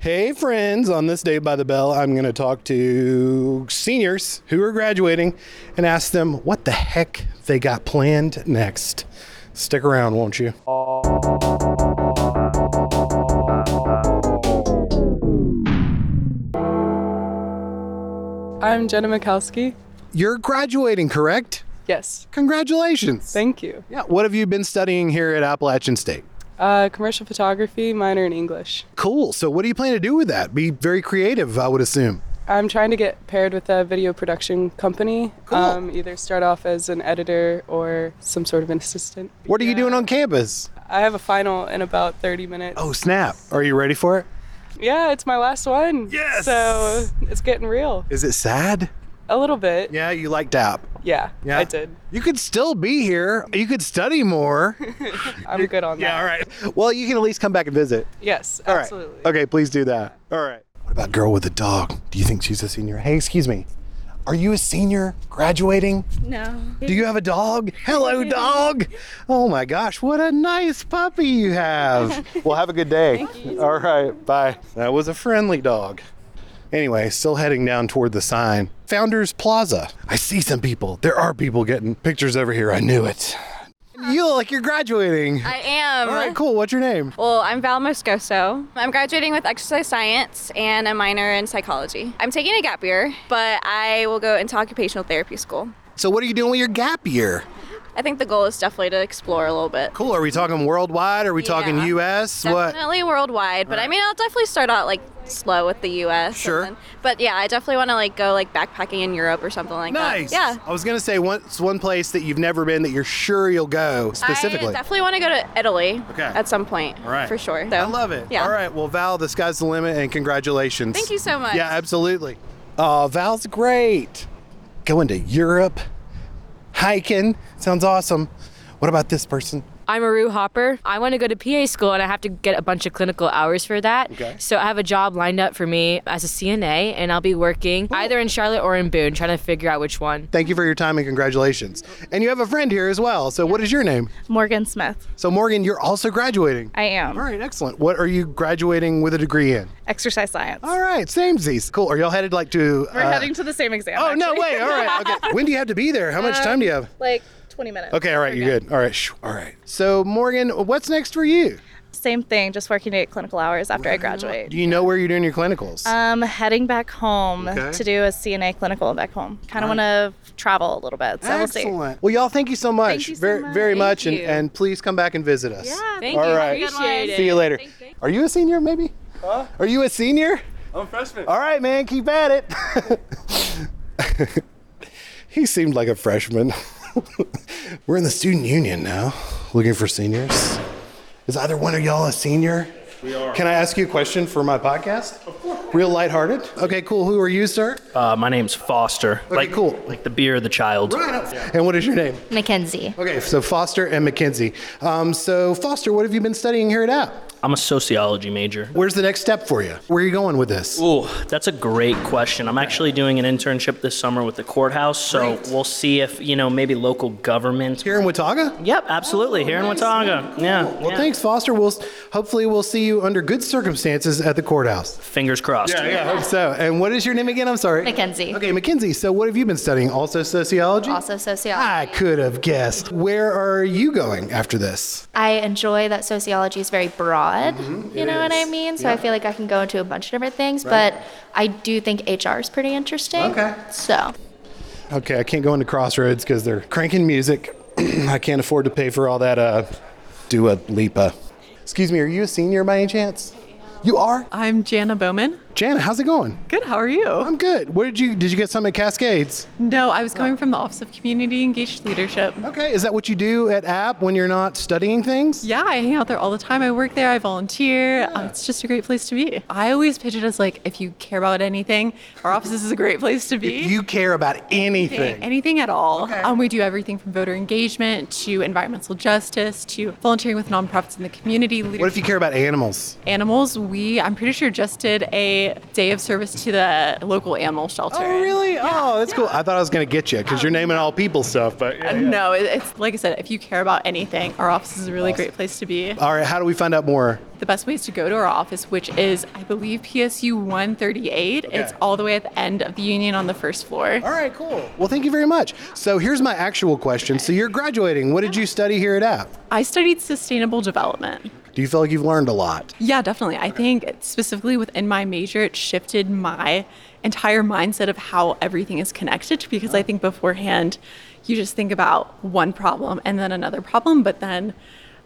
Hey, friends, on this day by the bell, I'm going to talk to seniors who are graduating and ask them what the heck they got planned next. Stick around, won't you? I'm Jenna Mikowski. You're graduating, correct? Yes, Congratulations. thank you. yeah, what have you been studying here at Appalachian State? Uh, commercial photography, minor in English. Cool. So, what do you plan to do with that? Be very creative, I would assume. I'm trying to get paired with a video production company. Um, Cool. either start off as an editor or some sort of an assistant. What are you doing on campus? I have a final in about 30 minutes. Oh, snap. Are you ready for it? Yeah, it's my last one. Yes! So it's getting real. Is it sad? A little bit. Yeah, you liked out. Yeah, Yeah. I did. You could still be here. You could study more. I'm good on that. right. Well, you can at least come back and visit. Yes, All right. absolutely. Okay, please do that. All right. What about girl with a dog? Do you think she's a senior? Hey, excuse me. Are you a senior graduating? No. Do you have a dog? Hello, dog. Oh my gosh, what a nice puppy you have. well, have a good day. All right, bye. That was a friendly dog. Anyway, still heading down toward the sign. Founders Plaza. I see some people. There are people getting pictures over here. I knew it. You look like you're graduating. I am. All right, cool. What's your name? Well, I'm Val Moscoso. I'm graduating with exercise science and a minor in psychology. I'm taking a gap year, but I will go into occupational therapy school. So, what are you doing with your gap year? I think the goal is definitely to explore a little bit. Cool. Are we talking worldwide? Are we talking Yeah. U.S.? What? Definitely worldwide, but I mean, I'll definitely start out like slow with the U.S. and Sure. then- but yeah, I definitely want to like go like backpacking in Europe or something like Nice. that. Yeah. I was gonna say once one place that you've never been that you're sure you'll go I specifically. definitely want to go to Italy Okay. at some point. All right. For sure. So, I love it. Yeah. All right. Well, Val, the sky's the limit, and congratulations. Thank you so much. Yeah, absolutely. Oh, Val's great. Going to Europe, hiking sounds awesome. What about this person? I'm Aru Hopper. I want to go to PA school and I have to get a bunch of clinical hours for that. Okay. So I have a job lined up for me as a CNA and I'll be working either in Charlotte or in Boone trying to figure out which one. Thank you for your time and congratulations. And you have a friend here as well. So, what is your name? Morgan Smith. So, Morgan, you're also graduating. I am. All right, excellent. What are you graduating with a degree in? Exercise science. All right, samesies. Cool. Are y'all headed like to? uh, We're heading to the same exam. Oh no actually. Uh, way! All right. Okay. When do you have to be there? How much time do you have? Like 20 minutes. Okay. All right. You're good. All right. shoo, All right. So Morgan, what's next for you? Same thing, just working eight clinical hours after I graduate. Do you know where you're doing your clinicals? Um, heading back home Okay. to do a CNA clinical back home. Kind of want to travel a little bit, so we'll see. Excellent. Well, y'all, thank you so much. you so very, much. very much, and, you. and please come back and visit us. Ah, Yeah. Thank All you. right. Appreciate it. See you later. Are you a senior, maybe? Huh? Are you a senior? I'm a freshman. All right, man. Keep at it. he seemed like a freshman. We're in the student union now, looking for seniors. Is either one of y'all a senior? We are. Can I ask you a question for my podcast? Of course. Real lighthearted. Okay, cool. Who are you, sir? Uh, my name's Foster. like cool. Like the beer, the child. And what is your name? Mackenzie. Okay, so Foster and McKenzie. Um, so Foster, what have you been studying here at App? I'm a sociology major. Where's the next step for you? Where are you going with this? Ooh, that's a great question. I'm actually doing an internship this summer with the courthouse, so we'll see if you know maybe local government. Here in Watauga? Yep, absolutely. Here in Watauga. Yeah. Well, yeah. thanks, Foster. We'll hopefully we'll see you under good circumstances at the courthouse. Fingers crossed. I hope so. And what is your name again? I'm sorry. Mackenzie. Okay, Mackenzie. So, what have you been studying? Also sociology. Also sociology. I could have guessed. Where are you going after this? I enjoy that sociology is very broad. Mm-hmm. You know what I mean? So I feel like I can go into a bunch of different things, but I do think HR is pretty interesting. Okay. So Okay, I can't go into Crossroads because they're cranking music. I can't afford to pay for all that. Uh, Dua Lipa. Excuse me. Are you a senior by any chance? You are. I'm Jana Bowman. Jana, how's it going? Good, how are you? I'm good. What did you did you get some at Cascades? No, I was coming from the Office of Community Engaged Leadership. Okay, is that what you do at App when you're not studying things? Yeah, I hang out there all the time. I work there, I volunteer. Uh, it's just a great place to be. I always pitch it as like, if you care about anything, our office is a great place to be. If you care about anything. Anything at all. Um, we do everything from voter engagement to environmental justice to volunteering with nonprofits in the community. What if you care about animals? Animals, we, I'm pretty sure, just did a a day of service to the local animal shelter. Oh, really? Oh, that's cool. I thought I was going to get you because you're naming all people stuff, but yeah, yeah. No, it- it's like I said, if you care about anything, our office is a really great place to be. All right, how do we find out more? The best way is to go to our office, which is, I believe, PSU 138. It's all the way at the end of the union on the first floor. All right, cool. Well, thank you very much. So here's my actual question. So you're graduating. What did you study here at App? I studied sustainable development. Do you feel like you've learned a lot? Yeah, definitely. I think specifically within my major, it shifted my entire mindset of how everything is connected because I think beforehand, you just think about one problem and then another problem, but then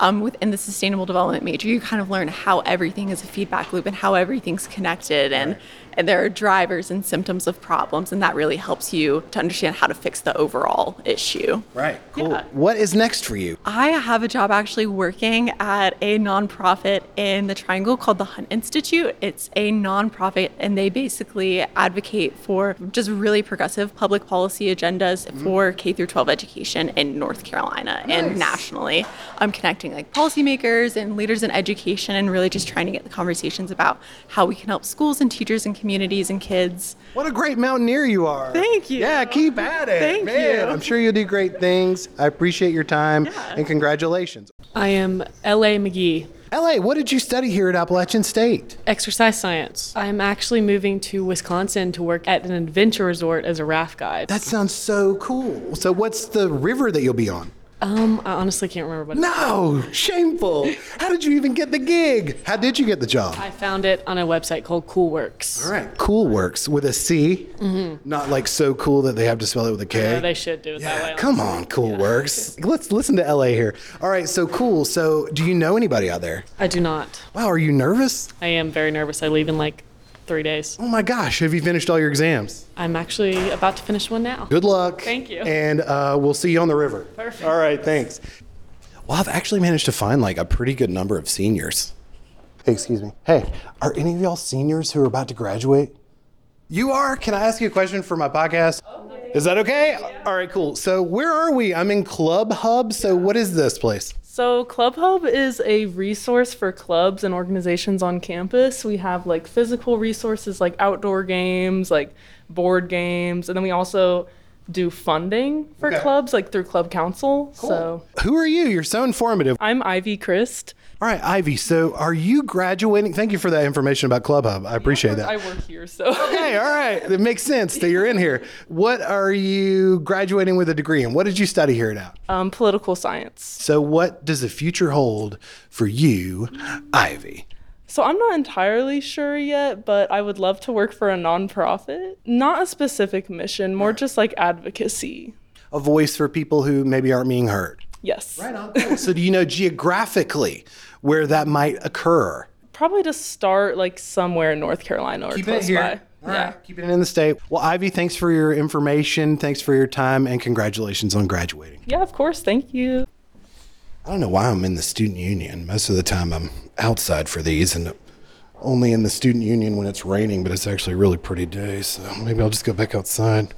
um, within the sustainable development major, you kind of learn how everything is a feedback loop and how everything's connected, and, and there are drivers and symptoms of problems, and that really helps you to understand how to fix the overall issue. Right, cool. What is next for you? I have a job actually working at a nonprofit in the Triangle called the Hunt Institute. It's a nonprofit and they basically advocate for just really progressive public policy agendas for K through 12 education in North Carolina and nationally. I'm connecting like policymakers and leaders in education and really just trying to get the conversations about how we can help schools and teachers and communities and kids. What a great mountaineer you are. Thank you. Yeah, keep at it. Thank man. you. I'm sure you'll do great things. I appreciate your time and congratulations. I am LA McGee, LA, what did you study here at Appalachian State? exercise science. I'm actually moving to Wisconsin to work at an adventure resort as a raft guide. That sounds so cool. So, what's the river that you'll be on? Um, I honestly can't remember what it- No, shameful. How did you even get the gig? How did you get the job? I found it on a website called Cool Works. All right, Cool Works with a C. Not like so cool that they have to spell it with a K. Yeah, Mm-hmm. they should do it that way. Come on, Cool Works. Let's listen to LA here. All right, so cool. So, do you know anybody out there? I do not. Wow, are you nervous? I am very nervous. I leave in like three days. Oh my gosh, have you finished all your exams? I'm actually about to finish one now. Good luck. Thank you. And uh, we'll see you on the river. Perfect. All right, thanks. Well, I've actually managed to find like a pretty good number of seniors. Hey, excuse me. Hey, are any of y'all seniors who are about to graduate? You are? Can I ask you a question for my podcast? Is that okay? All right, cool. So, where are we? I'm in Club Hub. So, what is this place? So, Club Hub is a resource for clubs and organizations on campus. We have like physical resources like outdoor games, like board games, and then we also do funding for Okay. clubs like through club council. So, Who are you? You're so informative. I'm Ivy Christ. All right, Ivy. So, are you graduating? Thank you for that information about Club Hub. I appreciate that. I work here, so Okay, all right. It makes sense that you're in here. What are you graduating with a degree in? What did you study here at App? um, political science. So, what does the future hold for you, Ivy? So I'm not entirely sure yet, but I would love to work for a nonprofit. Not a specific mission, more just like advocacy. A voice for people who maybe aren't being heard. Yes. so, do you know geographically where that might occur? Probably to start like somewhere in North Carolina or close by. All right, keep it in the state. Well, Ivy, thanks for your information. Thanks for your time, and congratulations on graduating. Yeah, of course. Thank you. I don't know why I'm in the student union. Most of the time I'm outside for these and only in the student union when it's raining, but it's actually a really pretty day, so maybe I'll just go back outside.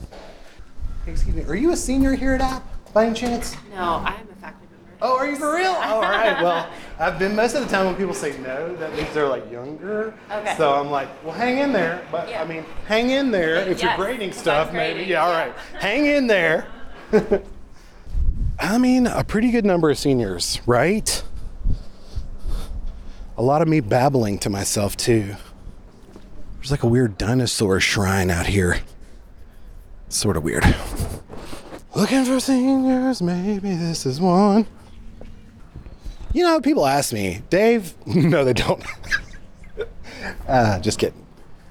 Excuse me, are you a senior here at App by any chance? No, I am a faculty member. Oh, are you for real? All right, well, I've been most of the time when people say no, that means they're like younger. Okay. So I'm like, well, hang in there. But I mean, hang in there if Yes, you're grading if I'm stuff, maybe. grading, Yeah, all right. hang in there. I mean, a pretty good number of seniors, right? A lot of me babbling to myself, too. There's like a weird dinosaur shrine out here. Sort of weird. Looking for seniors, maybe this is one. You know, people ask me, Dave. No, they don't. uh, just kidding.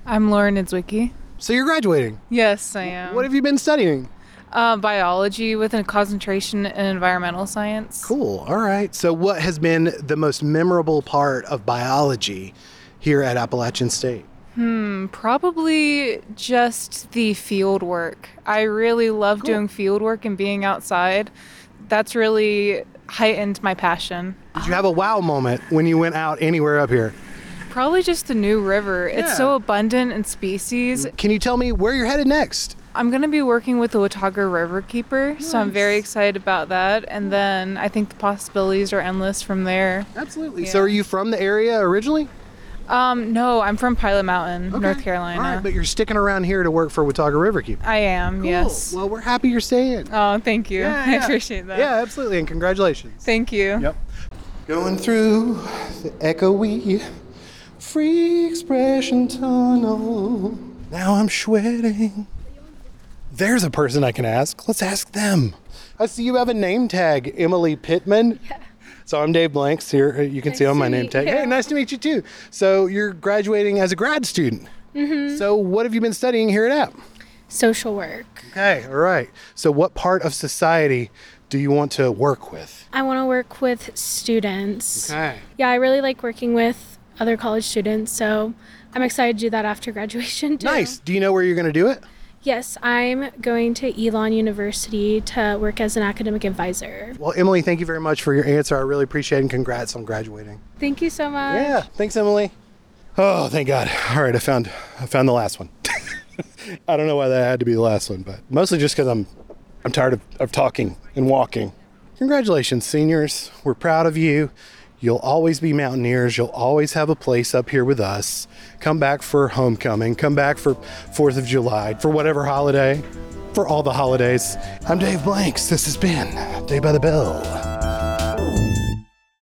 I'm Lauren Idzwicki. So you're graduating. Yes, I am. What have you been studying? uh, biology with a concentration in environmental science. Cool. All right. So, what has been the most memorable part of biology here at Appalachian State? Probably just the field work. I really love doing field work and being outside. That's really heightened my passion. Did you have a wow moment when you went out anywhere up here? Probably just the new river. It's so abundant in species. Can you tell me where you're headed next? I'm going to be working with the Watauga River Keeper, so I'm very excited about that. And then I think the possibilities are endless from there. Absolutely. So, are you from the area originally? Um, no, I'm from Pilot Mountain, North All right, Carolina. but you're sticking around here to work for Watauga Riverkeeper. I am, yes. Well, we're happy you're staying. Oh, thank you. Yeah, I yeah. appreciate that. Yeah, absolutely, and congratulations. Thank you. Yep. Going through the echoey free expression tunnel. Now I'm sweating. There's a person I can ask. Let's ask them. I see you have a name tag, Emily Pittman. So I'm Dave Blanks here. Uh, You can see on my name tag. Hey, nice to meet you too. So you're graduating as a grad student. Mm-hmm. So what have you been studying here at App? Social work. Okay, all right. So what part of society do you want to work with? I want to work with students. Okay. Yeah, I really like working with other college students, so I'm excited to do that after graduation. Too. Nice. Do you know where you're going to do it? Yes, I'm going to Elon University to work as an academic advisor. Well, Emily, thank you very much for your answer. I really appreciate it and congrats on graduating. Thank you so much. Yeah, thanks, Emily. Oh, thank God. All right, I found I found the last one. I don't know why that had to be the last one, but mostly just because I'm I'm tired of, of talking and walking. Congratulations, seniors. We're proud of you. You'll always be mountaineers. You'll always have a place up here with us. Come back for homecoming. Come back for 4th of July, for whatever holiday, for all the holidays. I'm Dave Blanks. This has been Day by the Bell.